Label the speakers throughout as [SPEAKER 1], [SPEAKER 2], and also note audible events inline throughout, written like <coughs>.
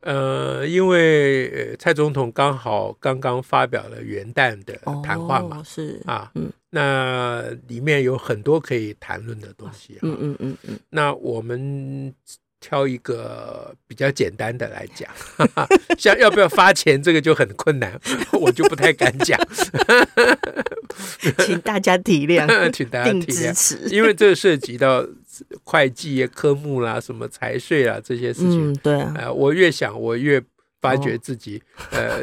[SPEAKER 1] 呃，因为呃蔡总统刚好刚刚发表了元旦的呃谈话嘛，
[SPEAKER 2] 哦、是
[SPEAKER 1] 啊，
[SPEAKER 2] 嗯
[SPEAKER 1] 那里面有很多可以谈论的东西、啊。
[SPEAKER 2] 嗯嗯嗯嗯，
[SPEAKER 1] 那我们挑一个比较简单的来讲， <laughs> 像要不要发钱这个就很困难， <laughs> 我就不太敢讲，
[SPEAKER 2] 嗯请大家体谅，
[SPEAKER 1] 请 <laughs> 大家
[SPEAKER 2] 并
[SPEAKER 1] 体
[SPEAKER 2] 支
[SPEAKER 1] 谅，
[SPEAKER 2] 持。
[SPEAKER 1] <laughs> 因为这涉及到会计啊科目啦、什么财税啦这些事情。
[SPEAKER 2] 嗯，哦对啊，
[SPEAKER 1] 呃，我越想我越发觉自己、呃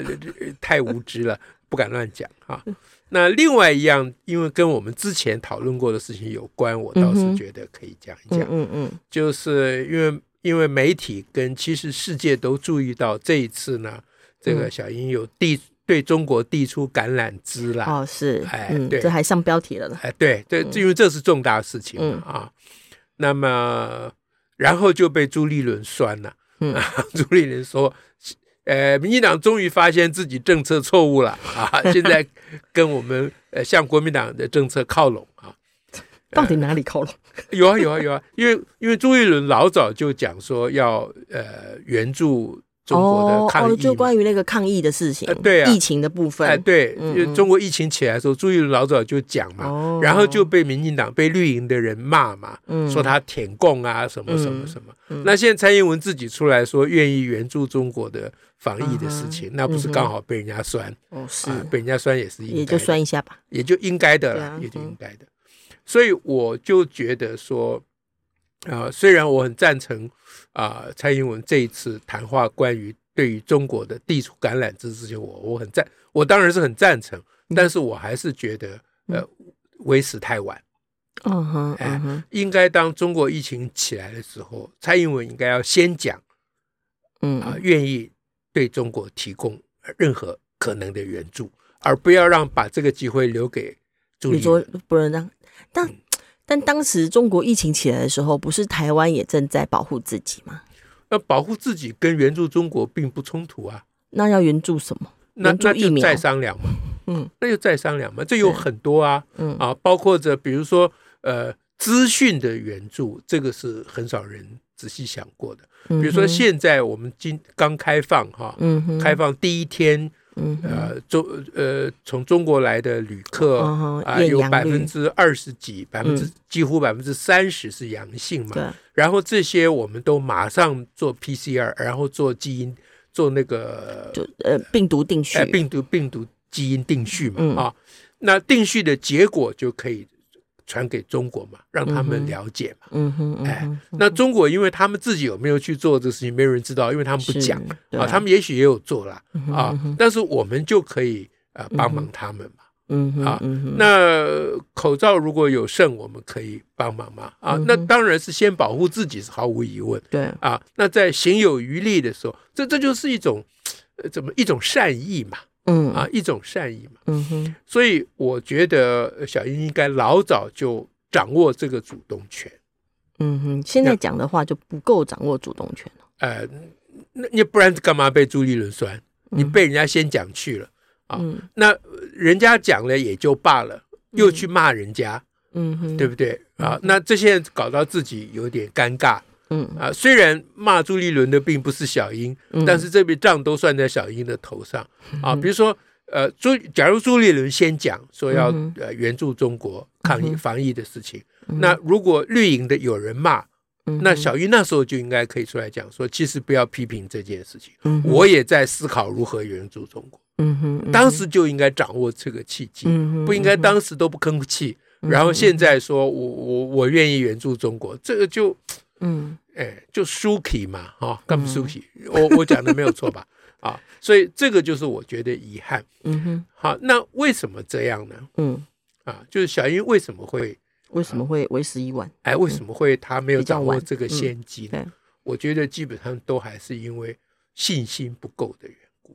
[SPEAKER 1] 太无知了，不敢乱讲啊。那另外一样，因为跟我们之前讨论过的事情有关，我倒
[SPEAKER 2] 嗯
[SPEAKER 1] 是
[SPEAKER 2] 哼
[SPEAKER 1] 觉得可以讲一
[SPEAKER 2] 嗯
[SPEAKER 1] 讲，
[SPEAKER 2] 嗯嗯，
[SPEAKER 1] 就是因为因为媒体跟其实世界都注意到这一次呢，这个
[SPEAKER 2] 嗯
[SPEAKER 1] 小英有递对中国递出橄榄枝啦，
[SPEAKER 2] 哦是，
[SPEAKER 1] 哎
[SPEAKER 2] 嗯，
[SPEAKER 1] 对
[SPEAKER 2] 这还上标题了呢。
[SPEAKER 1] 哎，对对，
[SPEAKER 2] 嗯
[SPEAKER 1] 因为这是重大事情嘛啊。那么，然后就被朱立伦酸了。
[SPEAKER 2] 嗯
[SPEAKER 1] <laughs> 朱立伦说：“呃，民进党终于发现自己政策错误了啊，现在跟我们呃向国民党的政策靠拢啊。
[SPEAKER 2] 到底哪里扣了？”
[SPEAKER 1] 有啊有啊有啊，因为因为朱立伦老早就讲说要呃援助中国的抗
[SPEAKER 2] 哦，
[SPEAKER 1] 疫
[SPEAKER 2] 就
[SPEAKER 1] 嘛。
[SPEAKER 2] 关于那个抗疫的事情
[SPEAKER 1] 呃，对啊
[SPEAKER 2] 疫情的部
[SPEAKER 1] 哎，
[SPEAKER 2] 分，
[SPEAKER 1] 对，
[SPEAKER 2] 嗯
[SPEAKER 1] 因为中国疫情起来的时候，朱立伦老早就讲嘛，
[SPEAKER 2] 哦
[SPEAKER 1] 然后就被民进党、被绿营的人骂嘛，
[SPEAKER 2] 嗯
[SPEAKER 1] 说他舔共啊，什么什么什么。
[SPEAKER 2] 嗯
[SPEAKER 1] 那现在蔡英文自己出来说愿意援助中国的防疫的事情，
[SPEAKER 2] 嗯哼
[SPEAKER 1] 那不是刚好被人家酸、
[SPEAKER 2] 哦是，
[SPEAKER 1] 啊？被人家酸也是应该的，
[SPEAKER 2] 也就算一下吧。
[SPEAKER 1] 也就应该的
[SPEAKER 2] 对
[SPEAKER 1] 啦，
[SPEAKER 2] 啊
[SPEAKER 1] 也就
[SPEAKER 2] 嗯
[SPEAKER 1] 应该的。所以我就觉得说，啊，虽然我很赞成啊、蔡英文这一次谈话关于对于中国的地处橄榄枝之前，我我很赞，我当然是很赞成，
[SPEAKER 2] 嗯
[SPEAKER 1] 但是我还是觉得呃为时太晚。
[SPEAKER 2] 嗯哼
[SPEAKER 1] 哎
[SPEAKER 2] 嗯哼
[SPEAKER 1] 应该当中国疫情起来的时候，蔡英文应该要先讲啊、
[SPEAKER 2] 嗯，
[SPEAKER 1] 愿意对中国提供呃任何可能的援助，而不要让把这个机会留给朱
[SPEAKER 2] 你
[SPEAKER 1] 立
[SPEAKER 2] 说
[SPEAKER 1] 伦。
[SPEAKER 2] 不能让，但
[SPEAKER 1] 嗯
[SPEAKER 2] 但当时中国疫情起来的时候，不是台湾也正在保护自己吗？
[SPEAKER 1] 那保护自己跟援助中国并不冲突啊，
[SPEAKER 2] 那要援助什么？
[SPEAKER 1] 那
[SPEAKER 2] 援助
[SPEAKER 1] 啊那
[SPEAKER 2] 疫
[SPEAKER 1] 就
[SPEAKER 2] 苗
[SPEAKER 1] 再商量嘛，
[SPEAKER 2] 嗯，
[SPEAKER 1] 那就再商量嘛，这有
[SPEAKER 2] 对
[SPEAKER 1] 很多啊，
[SPEAKER 2] 嗯
[SPEAKER 1] 啊，包括着比如说呃资讯的援助，这个是很少人仔细想过的。
[SPEAKER 2] 比
[SPEAKER 1] 比如说现在我们今刚开放哈、
[SPEAKER 2] 嗯哼
[SPEAKER 1] 开放第一天，
[SPEAKER 2] 嗯
[SPEAKER 1] 呃，中呃从中国来的旅客啊、
[SPEAKER 2] 嗯哼艳
[SPEAKER 1] 有
[SPEAKER 2] 阳
[SPEAKER 1] 百
[SPEAKER 2] 绿嗯
[SPEAKER 1] 分之二十几，百分之几乎百分之三十是阳性嘛。
[SPEAKER 2] 对啊
[SPEAKER 1] 然后这些我们都马上做 PCR，然后做基因做那个
[SPEAKER 2] 就呃病毒定序
[SPEAKER 1] 呃病毒病毒基因定序嘛、
[SPEAKER 2] 嗯
[SPEAKER 1] 啊，那定序的结果就可以传给中国嘛，让他
[SPEAKER 2] 嗯
[SPEAKER 1] 们
[SPEAKER 2] 哼
[SPEAKER 1] 了解嘛。
[SPEAKER 2] 嗯哼嗯
[SPEAKER 1] 哎
[SPEAKER 2] 哼
[SPEAKER 1] 那中国因为他们自己有没有去做这个事情，没有人知道，因为他们不
[SPEAKER 2] 是
[SPEAKER 1] 讲。
[SPEAKER 2] 对
[SPEAKER 1] 啊，他们也许也有做啦啊
[SPEAKER 2] 嗯哼，
[SPEAKER 1] 但是我们就可以呃帮忙他们嘛。
[SPEAKER 2] 嗯哼
[SPEAKER 1] 啊
[SPEAKER 2] 嗯哼
[SPEAKER 1] 那口罩如果有剩，我们可以帮忙嘛啊
[SPEAKER 2] 嗯哼，
[SPEAKER 1] 那当然是先保护自己是毫无疑问
[SPEAKER 2] 对
[SPEAKER 1] 啊。那在行有余力的时候，这这就是一种呃怎么一种善意嘛
[SPEAKER 2] 嗯
[SPEAKER 1] 啊，一种善意嘛。
[SPEAKER 2] 嗯哼
[SPEAKER 1] 所以我觉得呃小英应该老早就掌握这个主动权。
[SPEAKER 2] 嗯哼，现在讲的话就不够掌握主动权了。
[SPEAKER 1] 呃，那你不然干嘛被朱立伦酸？你被人家先讲去了。啊
[SPEAKER 2] 嗯
[SPEAKER 1] 那呃人家讲了也就罢了，又去骂人家，
[SPEAKER 2] 嗯哼，
[SPEAKER 1] 对不对啊？那这些人搞到自己有点尴尬
[SPEAKER 2] 嗯
[SPEAKER 1] 啊。虽然骂朱立伦的并不是小英，
[SPEAKER 2] 嗯，
[SPEAKER 1] 但是这笔账都算在小英的头上啊。比如说，呃，朱假如朱立伦先讲说要
[SPEAKER 2] 嗯
[SPEAKER 1] 呃援助中国抗疫防疫的事情，
[SPEAKER 2] 嗯
[SPEAKER 1] 那如果绿营的有人骂，
[SPEAKER 2] 嗯哼
[SPEAKER 1] 那小英那时候就应该可以出来讲说，其实不要批评这件事情，
[SPEAKER 2] 嗯哼
[SPEAKER 1] 我也在思考如何援助中国，
[SPEAKER 2] 嗯哼嗯哼
[SPEAKER 1] 当时就应该掌握这个契机。
[SPEAKER 2] 嗯哼嗯
[SPEAKER 1] 不应该当时都不吭气，然后现在说我我我愿意援助中国，这个就
[SPEAKER 2] 嗯
[SPEAKER 1] 哎就 Suki 嘛哈，干、嘛 Suki？、我我讲的没有错吧？ <laughs> 啊，所以这个就是我觉得遗憾。
[SPEAKER 2] 嗯哼
[SPEAKER 1] 好，那为什么这样呢？
[SPEAKER 2] 嗯，
[SPEAKER 1] 啊，就是小英为什么会
[SPEAKER 2] 为
[SPEAKER 1] 啊
[SPEAKER 2] 什么会为时已晚？
[SPEAKER 1] 哎为什么会他没有
[SPEAKER 2] 嗯比较
[SPEAKER 1] 掌握
[SPEAKER 2] 晚嗯
[SPEAKER 1] 这个先机呢？
[SPEAKER 2] 对
[SPEAKER 1] 我觉得基本上都还是因为信心不够的缘故。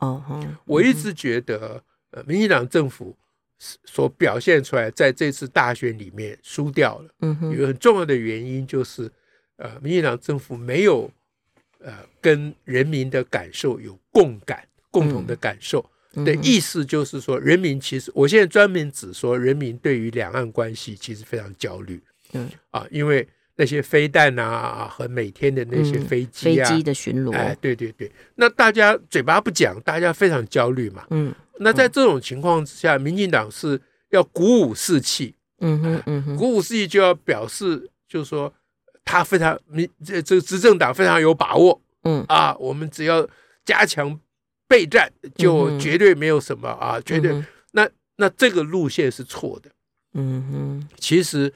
[SPEAKER 2] 哦，哦
[SPEAKER 1] 我一直觉得，呃，民进党政府所表现出来在这次大选里面输掉了，
[SPEAKER 2] 嗯哼，
[SPEAKER 1] 有个很重要的原因就是，呃，民进党政府没有呃跟人民的感受有共感，共同的感受。
[SPEAKER 2] 嗯
[SPEAKER 1] 的
[SPEAKER 2] 哼
[SPEAKER 1] 意思就是说，人民其实，我现在专门只说人民对于两岸关系其实非常焦虑
[SPEAKER 2] 嗯
[SPEAKER 1] 啊，因为那些飞弹啊和每天的那些
[SPEAKER 2] 嗯
[SPEAKER 1] 飞机
[SPEAKER 2] 飞
[SPEAKER 1] 啊，
[SPEAKER 2] 机的巡逻，
[SPEAKER 1] 哎，对对对，那大家嘴巴不讲，大家非常焦虑嘛。
[SPEAKER 2] 嗯
[SPEAKER 1] 那在这种情况之下，民进党是要鼓舞士气，
[SPEAKER 2] 嗯
[SPEAKER 1] 啊
[SPEAKER 2] 哼嗯哼，
[SPEAKER 1] 鼓舞士气就要表示，就是说他非常民这这执政党非常有把握，
[SPEAKER 2] 嗯
[SPEAKER 1] 啊，我们只要加强备战，
[SPEAKER 2] 嗯
[SPEAKER 1] 就
[SPEAKER 2] 哼
[SPEAKER 1] 绝对没有什么啊，绝对、
[SPEAKER 2] 嗯哼
[SPEAKER 1] 那那这个路线是错的。
[SPEAKER 2] 嗯哼，
[SPEAKER 1] 其实，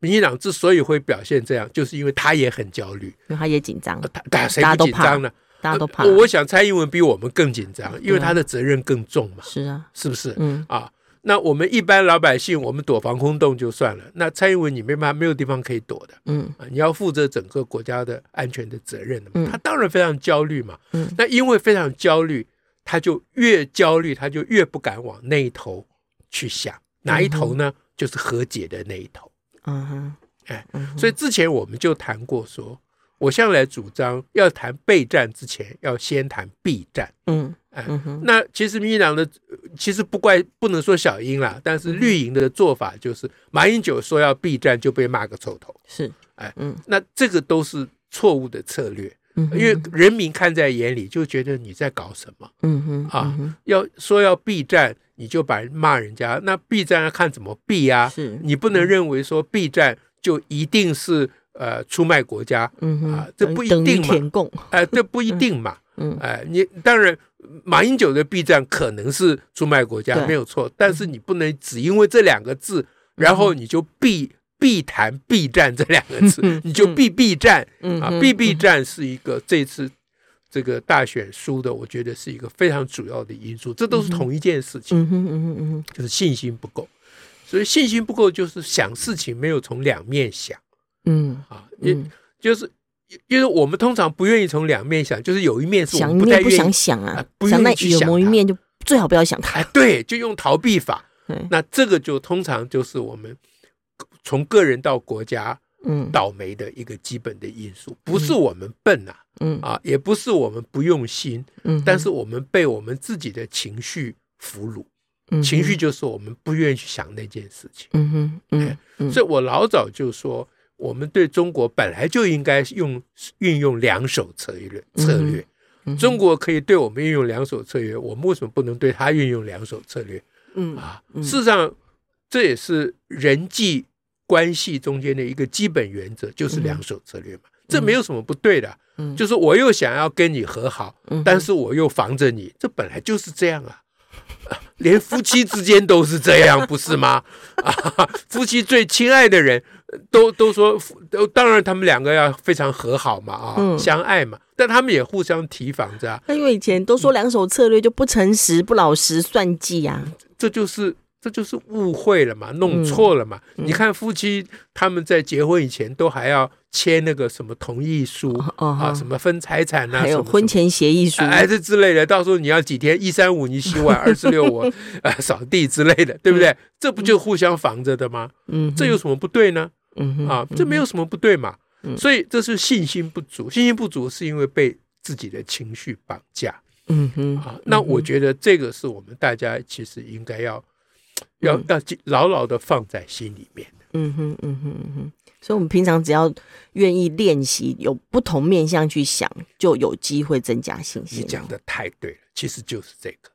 [SPEAKER 1] 民进党之所以会表现这样，就是因为他也很焦虑，
[SPEAKER 2] 因为他也紧张
[SPEAKER 1] 啊，他他谁
[SPEAKER 2] 大家
[SPEAKER 1] 不
[SPEAKER 2] 都
[SPEAKER 1] 紧张呢？
[SPEAKER 2] 大家都怕
[SPEAKER 1] 呃，我想蔡英文比我们更紧张，因为他的责任更重嘛，
[SPEAKER 2] 是啊，
[SPEAKER 1] 是不是？
[SPEAKER 2] 嗯
[SPEAKER 1] 啊，那我们一般老百姓，我们躲防空洞就算了，那蔡英文你没办法，没有地方可以躲的
[SPEAKER 2] 嗯
[SPEAKER 1] 啊，你要负责整个国家的安全的责任的
[SPEAKER 2] 嗯
[SPEAKER 1] 嘛。他当然非常焦虑嘛，
[SPEAKER 2] 嗯
[SPEAKER 1] 那因为非常焦虑，他就越焦虑，他就越不敢往那一头去想，哪一头呢？就是和解的那一头。
[SPEAKER 2] 嗯哼，
[SPEAKER 1] 哎
[SPEAKER 2] 嗯哼，
[SPEAKER 1] 所以之前我们就谈过说我向来主张要谈备战之前，要先谈避战。
[SPEAKER 2] 嗯
[SPEAKER 1] 哎
[SPEAKER 2] 嗯哼，
[SPEAKER 1] 那其实民进党的呃其实不怪，不能说小英啦，但是
[SPEAKER 2] 嗯
[SPEAKER 1] 绿营的做法就是马英九说要避战就被骂个臭头，
[SPEAKER 2] 是，
[SPEAKER 1] 哎
[SPEAKER 2] 嗯
[SPEAKER 1] 那这个都是错误的策略，
[SPEAKER 2] 嗯哼，
[SPEAKER 1] 因为人民看在眼里就觉得你在搞什么，
[SPEAKER 2] 嗯哼
[SPEAKER 1] 啊
[SPEAKER 2] 嗯哼
[SPEAKER 1] 要说要避战你就把人骂人家，那避战要看怎么避啊，
[SPEAKER 2] 是，
[SPEAKER 1] 你不能认为说避战就一定是呃出卖国家，
[SPEAKER 2] 嗯哼
[SPEAKER 1] 啊这不一
[SPEAKER 2] 等于
[SPEAKER 1] 定嘛
[SPEAKER 2] 舔共，
[SPEAKER 1] 哎、这不一定嘛。
[SPEAKER 2] 嗯
[SPEAKER 1] 哎、你当然，马英九的 B 站可能是出卖国家
[SPEAKER 2] 对嗯
[SPEAKER 1] 没有错，但是你不能只因为这两个字，然后你就避避谈 B 站这两个字，
[SPEAKER 2] 嗯
[SPEAKER 1] 你就避 B 站、
[SPEAKER 2] 嗯
[SPEAKER 1] 啊
[SPEAKER 2] 哼
[SPEAKER 1] 避 B 站是一个这次这个大选输的，我觉得是一个非常主要的因素，这都是同一件事情，
[SPEAKER 2] 嗯哼嗯哼嗯哼
[SPEAKER 1] 就是信心不够。所以信心不够，就是想事情没有从两面想
[SPEAKER 2] 嗯
[SPEAKER 1] 啊，也、
[SPEAKER 2] 嗯，
[SPEAKER 1] 就是因为我们通常不愿意从两面想，就是有一面是我
[SPEAKER 2] 想
[SPEAKER 1] 们
[SPEAKER 2] 一
[SPEAKER 1] 不太
[SPEAKER 2] 面不
[SPEAKER 1] 愿意
[SPEAKER 2] 想想啊
[SPEAKER 1] 啊，不
[SPEAKER 2] 想
[SPEAKER 1] 愿
[SPEAKER 2] 那
[SPEAKER 1] 意去
[SPEAKER 2] 有
[SPEAKER 1] 想
[SPEAKER 2] 某一
[SPEAKER 1] 它
[SPEAKER 2] 面就最好不要想它，
[SPEAKER 1] 哎，对，就用逃避法。
[SPEAKER 2] 对，
[SPEAKER 1] 那这个就通常就是我们从个人到国家
[SPEAKER 2] 嗯
[SPEAKER 1] 倒霉的一个基本的因素，不是我们笨呐、
[SPEAKER 2] 嗯
[SPEAKER 1] 啊，也不是我们不用心，
[SPEAKER 2] 嗯，
[SPEAKER 1] 但是我们被我们自己的情绪俘虏，
[SPEAKER 2] 嗯
[SPEAKER 1] 情绪，就是我们不愿意去想那件事情。
[SPEAKER 2] 嗯哼
[SPEAKER 1] 哎
[SPEAKER 2] 嗯嗯，
[SPEAKER 1] 所以我老早就说，我们对中国本来就应该用运用两手策略
[SPEAKER 2] 嗯
[SPEAKER 1] 策略。
[SPEAKER 2] 以
[SPEAKER 1] 中国可以对我们运用两手策略，我们为什么不能对他运用两手策略？
[SPEAKER 2] 嗯
[SPEAKER 1] 啊，
[SPEAKER 2] 嗯
[SPEAKER 1] 事实上这也是人际关系中间的一个基本原则，就是两手策略嘛，这没有什么不对的。
[SPEAKER 2] 嗯
[SPEAKER 1] 就是我又想要跟你和好，
[SPEAKER 2] 嗯哼
[SPEAKER 1] 但是我又防着你，这本来就是这样啊。 <laughs> 啊连夫妻之间都是这样，不是吗？ <laughs> 啊，夫妻最亲爱的人呃都都说夫，都当然他们两个要非常和好嘛，啊，
[SPEAKER 2] 嗯
[SPEAKER 1] 相爱嘛，但他们也互相提防着啊，
[SPEAKER 2] 那因为以前都说两手策略就不诚实、不老实、算计啊呀，
[SPEAKER 1] 这就是这就是误会了嘛，
[SPEAKER 2] 嗯
[SPEAKER 1] 弄错了嘛。你看夫妻他们在结婚以前都还要签那个什么同意书、
[SPEAKER 2] 哦哦
[SPEAKER 1] 啊，
[SPEAKER 2] 哈
[SPEAKER 1] 什么分财产啊，
[SPEAKER 2] 还
[SPEAKER 1] 什
[SPEAKER 2] 有
[SPEAKER 1] 么
[SPEAKER 2] 婚。前协议书
[SPEAKER 1] 什，么哎，这之类的，到时候你要几天，一三五你洗碗，二四六我呃扫地之类的，对不对？这不就互相防着的吗？
[SPEAKER 2] 嗯哼，
[SPEAKER 1] 这有什么不对呢？
[SPEAKER 2] 嗯哼
[SPEAKER 1] 啊，这没有什么不对嘛。
[SPEAKER 2] 嗯
[SPEAKER 1] 所以这是信心不足，信心不足是因为被自己的情绪绑架。
[SPEAKER 2] 嗯哼，
[SPEAKER 1] 啊，那我觉得这个是我们大家其实应该要要要记牢牢的放在心里面的。
[SPEAKER 2] 嗯哼，嗯哼，嗯哼。所以，我们平常只要愿意练习，有不同面向去想，就有机会增加信
[SPEAKER 1] 你
[SPEAKER 2] 心。
[SPEAKER 1] 讲的太对了，其实就是这个，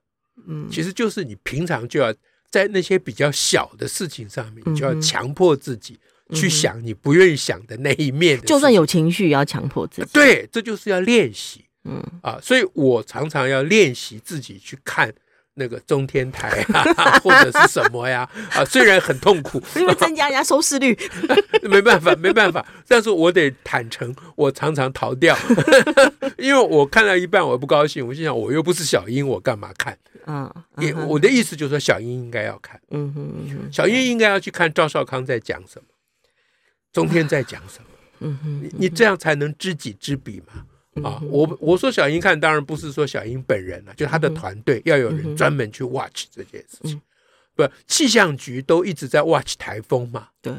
[SPEAKER 2] 嗯
[SPEAKER 1] 其实就是你平常就要在那些比较小的事情上面，
[SPEAKER 2] 嗯
[SPEAKER 1] 你就
[SPEAKER 2] 哼
[SPEAKER 1] 要强迫自己去想你不愿意想的那一面的
[SPEAKER 2] 嗯
[SPEAKER 1] 事情。
[SPEAKER 2] 就算有情绪，也要强迫自己。，
[SPEAKER 1] 对，这就是要练习
[SPEAKER 2] 嗯，
[SPEAKER 1] 啊，所以我常常要练习自己去看。那个中天台啊， <laughs> 或者是什么呀？啊，虽然很痛苦， <laughs>
[SPEAKER 2] 因为增加人家收视率。
[SPEAKER 1] 没办法，没办法，但是我得坦诚，我常常逃掉， <laughs> 因为我看到一半我不高兴，我心想我又不是小英，我干嘛看？
[SPEAKER 2] 嗯，
[SPEAKER 1] 也
[SPEAKER 2] 嗯哼
[SPEAKER 1] 我的意思就是说，小英应该要看，
[SPEAKER 2] 嗯哼，嗯哼，
[SPEAKER 1] 小英应该要去看赵少康在讲什么，中天在讲什么，
[SPEAKER 2] 嗯哼，嗯
[SPEAKER 1] 你你这样才能知己知彼嘛。啊，我我说小英看，当然不是说小英本人了、啊就他的团队要
[SPEAKER 2] 嗯
[SPEAKER 1] 有人专门去 watch 这件事情。不，气象局都一直在 watch 台风嘛，
[SPEAKER 2] 对，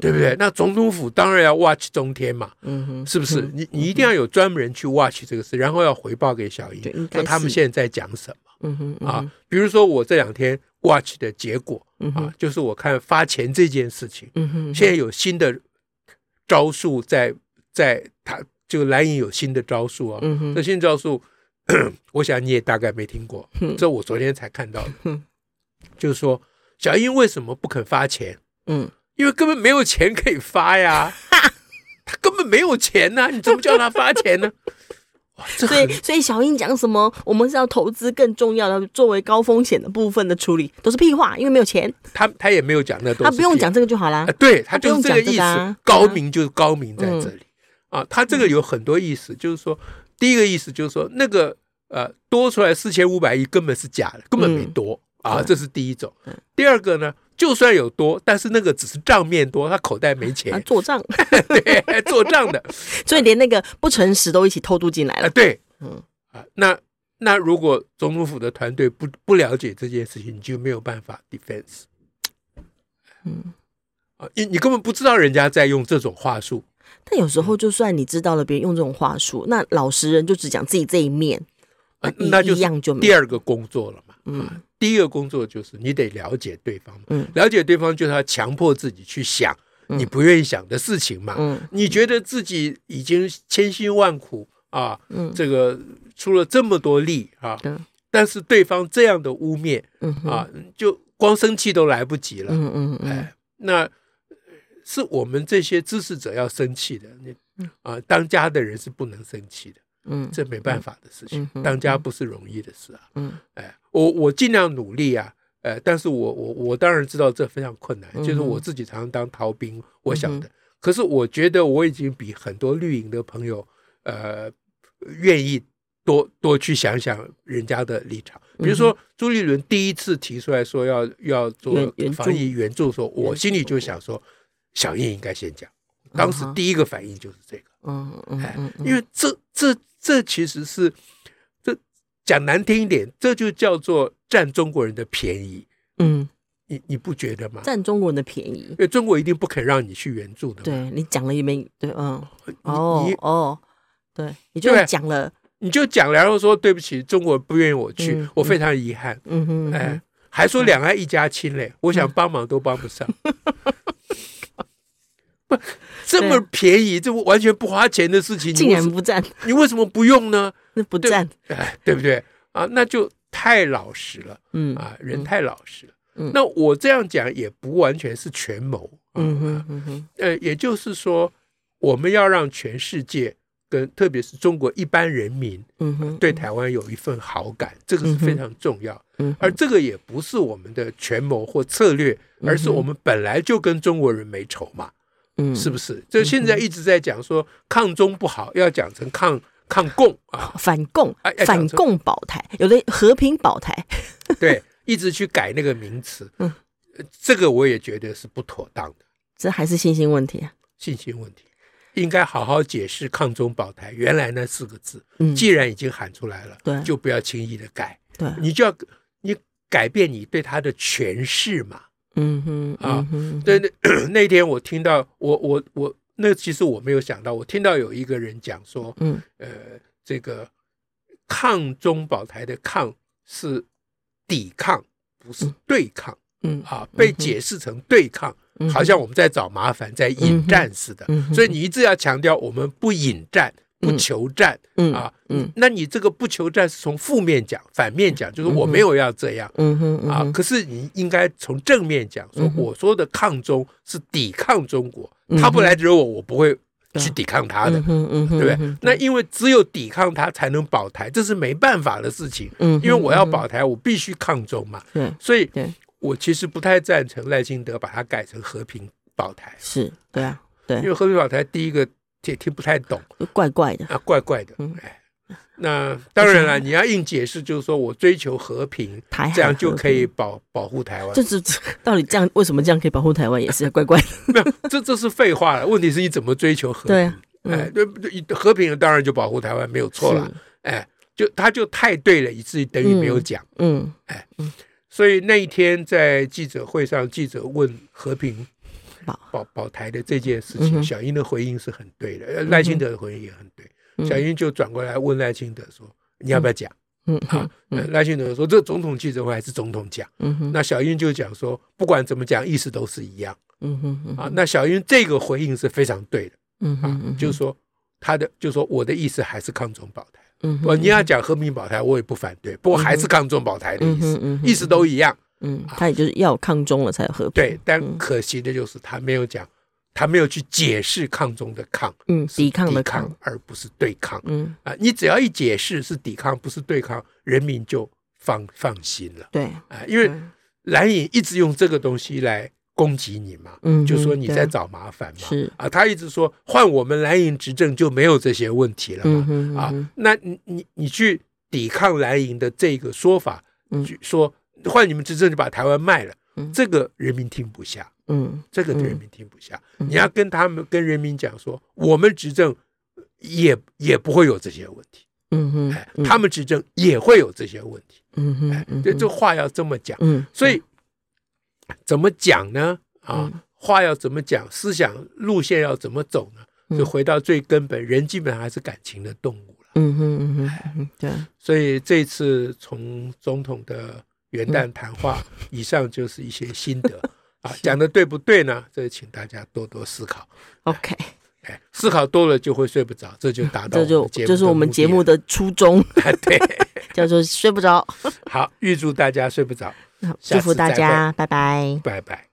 [SPEAKER 1] 对不对？那总统府当然要 watch 中天嘛，
[SPEAKER 2] 嗯哼，
[SPEAKER 1] 是不是？你你一定要有专门去 watch 这个事，然后要回报给小英
[SPEAKER 2] 对应，该
[SPEAKER 1] 说他们
[SPEAKER 2] 是
[SPEAKER 1] 现在在讲什么
[SPEAKER 2] 嗯哼，嗯哼
[SPEAKER 1] 啊？比如说我这两天 watch 的结果
[SPEAKER 2] 嗯哼
[SPEAKER 1] 啊，就是我看发钱这件事情。
[SPEAKER 2] 嗯哼，
[SPEAKER 1] 现在有新的招数在在他就蓝营有新的招数啊。
[SPEAKER 2] 嗯哼
[SPEAKER 1] 这新招数，我想你也大概没听过，
[SPEAKER 2] 嗯
[SPEAKER 1] 这我昨天才看到的
[SPEAKER 2] 嗯。
[SPEAKER 1] 就是说，小英为什么不肯发钱？
[SPEAKER 2] <laughs> 嗯
[SPEAKER 1] 因为根本没有钱可以发
[SPEAKER 2] <laughs>
[SPEAKER 1] 呀，他根本没有钱呐、你怎么叫他发钱呢？ <laughs> 哇，这
[SPEAKER 2] 所以
[SPEAKER 1] 很
[SPEAKER 2] 所以小英讲什么，我们是要投资更重要的，作为高风险的部分的处理，都是屁话，因为没有钱，
[SPEAKER 1] 他他也没有讲那东西，
[SPEAKER 2] 他不用讲这个就好啦 <laughs>
[SPEAKER 1] 啊，。对
[SPEAKER 2] 他
[SPEAKER 1] 他
[SPEAKER 2] 不
[SPEAKER 1] 就是
[SPEAKER 2] 用
[SPEAKER 1] 这个
[SPEAKER 2] 讲这
[SPEAKER 1] 意
[SPEAKER 2] 个啊嗯
[SPEAKER 1] 思，高明就是高明在这里啊。他这个有很多意思，就是说，第一个意思就是说，那个呃多出来四千五百亿根本是假的，根本没多啊，
[SPEAKER 2] 嗯对嗯
[SPEAKER 1] 这是第一种。第二个呢，就算有多，但是那个只是账面多，他口袋没
[SPEAKER 2] 啊，
[SPEAKER 1] <laughs> 钱，
[SPEAKER 2] 做账，
[SPEAKER 1] 对，做账的
[SPEAKER 2] 所以连那个不诚实都一起偷渡进来
[SPEAKER 1] 啊，
[SPEAKER 2] 了。
[SPEAKER 1] 对，
[SPEAKER 2] <laughs> 嗯
[SPEAKER 1] 啊，那那如果总统府的团队不不了解这件事情，你就没有办法 defense
[SPEAKER 2] 嗯，
[SPEAKER 1] 啊，你你根本不知道人家在用这种话术。
[SPEAKER 2] 但有时
[SPEAKER 1] 嗯
[SPEAKER 2] 候就算你知道了别人用这种话术，那老实人就只讲自己这一面，
[SPEAKER 1] 呃
[SPEAKER 2] 一
[SPEAKER 1] 那就
[SPEAKER 2] 一样就是没
[SPEAKER 1] 第二个工作了嘛。
[SPEAKER 2] 嗯
[SPEAKER 1] 第一个工作就是你得了解对方嘛，
[SPEAKER 2] 嗯
[SPEAKER 1] 了解对方就是要强迫自己去想
[SPEAKER 2] 嗯
[SPEAKER 1] 你不愿意想的事情嘛。
[SPEAKER 2] 嗯
[SPEAKER 1] 你觉得自己已经千辛万苦啊，
[SPEAKER 2] 嗯
[SPEAKER 1] 这个出了这么多力啊，
[SPEAKER 2] 对
[SPEAKER 1] 但是对方这样的污蔑
[SPEAKER 2] 嗯哼
[SPEAKER 1] 啊，就光生气都来不及了。
[SPEAKER 2] 嗯嗯嗯
[SPEAKER 1] 哎，那呃是我们这些支持者要生气的，你啊，当家的人是不能生气的，
[SPEAKER 2] 嗯
[SPEAKER 1] 这没办法的事情
[SPEAKER 2] 嗯，哼
[SPEAKER 1] 当家不是容易的事啊。
[SPEAKER 2] 嗯
[SPEAKER 1] 哎，我我尽量努力啊，呃，但是我我我当然知道这非常困难，就是
[SPEAKER 2] 嗯
[SPEAKER 1] 我自己常常当逃兵，我晓得。可是我觉得我已经比很多绿营的朋友，呃，愿意多多去想想人家的立场。
[SPEAKER 2] 嗯
[SPEAKER 1] 比如说朱立伦第一次提出来说要要做
[SPEAKER 2] 援援助
[SPEAKER 1] 防疫援助的时候，
[SPEAKER 2] 援
[SPEAKER 1] 我
[SPEAKER 2] 助
[SPEAKER 1] 心里就想说，小燕应该先讲。当时
[SPEAKER 2] 嗯哼
[SPEAKER 1] 第一个反应就是这个。
[SPEAKER 2] 嗯嗯
[SPEAKER 1] 哎
[SPEAKER 2] 嗯，
[SPEAKER 1] 因为这这这其实是这讲难听一点，这就叫做占中国人的便宜，
[SPEAKER 2] 嗯
[SPEAKER 1] 你你不觉得吗？
[SPEAKER 2] 占中国人的便宜
[SPEAKER 1] 因。为中国一定不肯让你去援助的嘛，
[SPEAKER 2] 对你讲了也没对，嗯，
[SPEAKER 1] 呃你
[SPEAKER 2] 哦
[SPEAKER 1] 你
[SPEAKER 2] 哦，对，你就
[SPEAKER 1] 对
[SPEAKER 2] 讲了，
[SPEAKER 1] 你就讲了，然后说对不起，中国不愿意我去，
[SPEAKER 2] 嗯
[SPEAKER 1] 我非常遗憾，
[SPEAKER 2] 嗯哼，嗯
[SPEAKER 1] 哎，还说两岸一家亲嘞，我想帮忙都帮不上。不这么便宜，这完全不花钱的事情，你
[SPEAKER 2] 竟
[SPEAKER 1] 为
[SPEAKER 2] 然
[SPEAKER 1] 什
[SPEAKER 2] 不占，
[SPEAKER 1] 你为什么不用呢？
[SPEAKER 2] 那不
[SPEAKER 1] 对
[SPEAKER 2] 占，
[SPEAKER 1] 哎，对不对啊？那就太老实了。
[SPEAKER 2] 嗯
[SPEAKER 1] 啊，人太老实了。
[SPEAKER 2] 嗯
[SPEAKER 1] 那我这样讲也不完全是权谋，啊
[SPEAKER 2] 嗯哼嗯哼，
[SPEAKER 1] 呃，也就是说，我们要让全世界跟特别是中国一般人民
[SPEAKER 2] 嗯哼，
[SPEAKER 1] 对台湾有一份好感，这个是非常重要。
[SPEAKER 2] 嗯哼
[SPEAKER 1] 而这个也不是我们的权谋或策略，而是我们本来就跟中国人没仇嘛，
[SPEAKER 2] 嗯
[SPEAKER 1] 是不是？这现在一直在讲说抗中不好，要讲成抗抗共啊，
[SPEAKER 2] 反共
[SPEAKER 1] 哎哎，
[SPEAKER 2] 反
[SPEAKER 1] 讲错
[SPEAKER 2] 共保台，有的和平保台， <laughs>
[SPEAKER 1] 对，一直去改那个名词。
[SPEAKER 2] 嗯
[SPEAKER 1] 呃，这个我也觉得是不妥当的。
[SPEAKER 2] 这还是信心问题啊。
[SPEAKER 1] 信心问题，应该好好解释“抗中保台”原来那四个字。
[SPEAKER 2] 嗯，
[SPEAKER 1] 既然已经喊出来了，
[SPEAKER 2] 对
[SPEAKER 1] 就不要轻易的改，
[SPEAKER 2] 对，
[SPEAKER 1] 你就要你改变你对它的诠释嘛。
[SPEAKER 2] 嗯哼
[SPEAKER 1] 啊
[SPEAKER 2] 嗯哼，
[SPEAKER 1] 对，
[SPEAKER 2] <coughs>
[SPEAKER 1] 那那天我听到，我我我，那其实我没有想到，我听到有一个人讲说，
[SPEAKER 2] 嗯
[SPEAKER 1] 呃，这个“抗中保台”的“抗”是抵抗，不是对抗。
[SPEAKER 2] 嗯
[SPEAKER 1] 啊，被解释成对抗，
[SPEAKER 2] 嗯
[SPEAKER 1] 好像我们在找麻烦，在引战似的。
[SPEAKER 2] 嗯哼
[SPEAKER 1] 所以你一直要强调，我们不引战，不求战、
[SPEAKER 2] 嗯
[SPEAKER 1] 啊。
[SPEAKER 2] 嗯
[SPEAKER 1] 那你这个不求战是从负面讲、反面讲，就是我没有要这样、
[SPEAKER 2] 嗯哼嗯
[SPEAKER 1] 啊。
[SPEAKER 2] 哼
[SPEAKER 1] 可是你应该从正面讲，说
[SPEAKER 2] 嗯哼
[SPEAKER 1] 我说的抗中是抵抗中国，
[SPEAKER 2] 嗯哼
[SPEAKER 1] 他不来惹我，我不会去
[SPEAKER 2] 对
[SPEAKER 1] 抵抗他的
[SPEAKER 2] 嗯。哼嗯哼，
[SPEAKER 1] 对不对
[SPEAKER 2] 嗯？
[SPEAKER 1] 那因为只有抵抗他才能保台，这是没办法的事情。
[SPEAKER 2] 嗯哼
[SPEAKER 1] 因为我要保台，我必须抗中嘛。
[SPEAKER 2] 对
[SPEAKER 1] 所以
[SPEAKER 2] 对
[SPEAKER 1] 我其实不太赞成赖清德把它改成和平保台，
[SPEAKER 2] 是，对啊，
[SPEAKER 1] 因
[SPEAKER 2] 对，
[SPEAKER 1] 为和平保台第一个也听不太懂
[SPEAKER 2] 就怪怪的，
[SPEAKER 1] <laughs> 啊，怪怪的
[SPEAKER 2] 嗯。
[SPEAKER 1] 哎，那当
[SPEAKER 2] <laughs>
[SPEAKER 1] 然了，
[SPEAKER 2] 而
[SPEAKER 1] 你要硬解释，就是说我追求和平，
[SPEAKER 2] 台海
[SPEAKER 1] 这样就
[SPEAKER 2] 哎和
[SPEAKER 1] 可以
[SPEAKER 2] 平。
[SPEAKER 1] 保保护台湾
[SPEAKER 2] 这。是这到底这样为什么这样可以保护台湾也是怪怪的，
[SPEAKER 1] 没有，这这是废话了。问题是你怎么追求和
[SPEAKER 2] 对
[SPEAKER 1] 平
[SPEAKER 2] 啊？
[SPEAKER 1] <laughs> 哎，对不对？和平当然就保护台湾没有错了
[SPEAKER 2] 是，，
[SPEAKER 1] 哎，就他就太对了，以至于等于没有讲。
[SPEAKER 2] 嗯
[SPEAKER 1] 所以那一天在记者会上，记者问和平
[SPEAKER 2] 保
[SPEAKER 1] 保保台的这件事
[SPEAKER 2] 嗯
[SPEAKER 1] 情，
[SPEAKER 2] 哼
[SPEAKER 1] 小英的回应是很对的，呃赖清德的回应也很对。
[SPEAKER 2] 嗯
[SPEAKER 1] 小英就转过来问赖清德说：“你要不要讲
[SPEAKER 2] 嗯？”
[SPEAKER 1] 啊，呃赖清德说：“这总统记者会还是总统讲。”
[SPEAKER 2] 嗯哼
[SPEAKER 1] 那小英就讲说：“不管怎么讲，意思都是一样
[SPEAKER 2] 嗯哼
[SPEAKER 1] 啊。”那小英这个回应是非常对的
[SPEAKER 2] 嗯
[SPEAKER 1] 啊
[SPEAKER 2] 哼，
[SPEAKER 1] 就是说他的就说我的意思还是抗中保台。啊
[SPEAKER 2] 嗯
[SPEAKER 1] 我你要讲和平保台，我也不反对，不过还是抗中保台的意思，意思都一样。
[SPEAKER 2] 嗯，他也就是要有抗中了才有和平，
[SPEAKER 1] 对，
[SPEAKER 2] 嗯
[SPEAKER 1] 但可惜的就是他没有讲，他没有去解释抗中的抗
[SPEAKER 2] 嗯，
[SPEAKER 1] 是
[SPEAKER 2] 抵抗的
[SPEAKER 1] 抗
[SPEAKER 2] 抗，，
[SPEAKER 1] 而不是对抗
[SPEAKER 2] 嗯，
[SPEAKER 1] 啊！你只要一解释是抵抗，不是对抗，人民就放放心了
[SPEAKER 2] 对，
[SPEAKER 1] 啊！因为
[SPEAKER 2] 对嗯
[SPEAKER 1] 蓝营一直用这个东西来攻击你嘛，
[SPEAKER 2] 嗯哼，
[SPEAKER 1] 就说你
[SPEAKER 2] 对
[SPEAKER 1] 在找麻烦嘛，
[SPEAKER 2] 是，
[SPEAKER 1] 啊，他一直说换我们蓝营执政就没有这些问题了嘛
[SPEAKER 2] 嗯，哼
[SPEAKER 1] 啊，那你你你去抵抗蓝营的这个说法，
[SPEAKER 2] 嗯
[SPEAKER 1] 去说换你们执政就把台湾卖了，
[SPEAKER 2] 嗯
[SPEAKER 1] 这个人民听不下，
[SPEAKER 2] 嗯
[SPEAKER 1] 这个
[SPEAKER 2] 嗯
[SPEAKER 1] 人民听不下。
[SPEAKER 2] 嗯
[SPEAKER 1] 你要跟他们跟人民讲说，我们执政也也不会有这些问题，
[SPEAKER 2] 嗯哼
[SPEAKER 1] 哎，
[SPEAKER 2] 嗯，
[SPEAKER 1] 他们执政也会有这些问题，
[SPEAKER 2] 嗯
[SPEAKER 1] 哎
[SPEAKER 2] 哼，嗯
[SPEAKER 1] 这
[SPEAKER 2] 哼
[SPEAKER 1] 这话要这么讲。
[SPEAKER 2] 嗯，嗯
[SPEAKER 1] 所以怎么讲呢？啊，话要怎么讲，思想路线要怎么走呢？就
[SPEAKER 2] 嗯
[SPEAKER 1] 回到最根本，人基本上还是感情的动物了。
[SPEAKER 2] 嗯哼嗯哼
[SPEAKER 1] 哎
[SPEAKER 2] 嗯哼，对，
[SPEAKER 1] 所以这次从总统的元旦谈话，
[SPEAKER 2] 嗯
[SPEAKER 1] <laughs> 以上就是一些心得啊，讲的对不对呢？这请大家多多思考，
[SPEAKER 2] OK，
[SPEAKER 1] 哎，思考多了就会睡不着，这就达到
[SPEAKER 2] 这就
[SPEAKER 1] 我们节目的
[SPEAKER 2] 这是我们节目
[SPEAKER 1] 目
[SPEAKER 2] 的初衷，
[SPEAKER 1] 的 <laughs> 对。
[SPEAKER 2] 叫做睡不着，
[SPEAKER 1] 好，预祝大家睡不着，
[SPEAKER 2] 好
[SPEAKER 1] <laughs>
[SPEAKER 2] 祝
[SPEAKER 1] 下次
[SPEAKER 2] 福大
[SPEAKER 1] 再会
[SPEAKER 2] 家，拜拜。
[SPEAKER 1] 拜拜。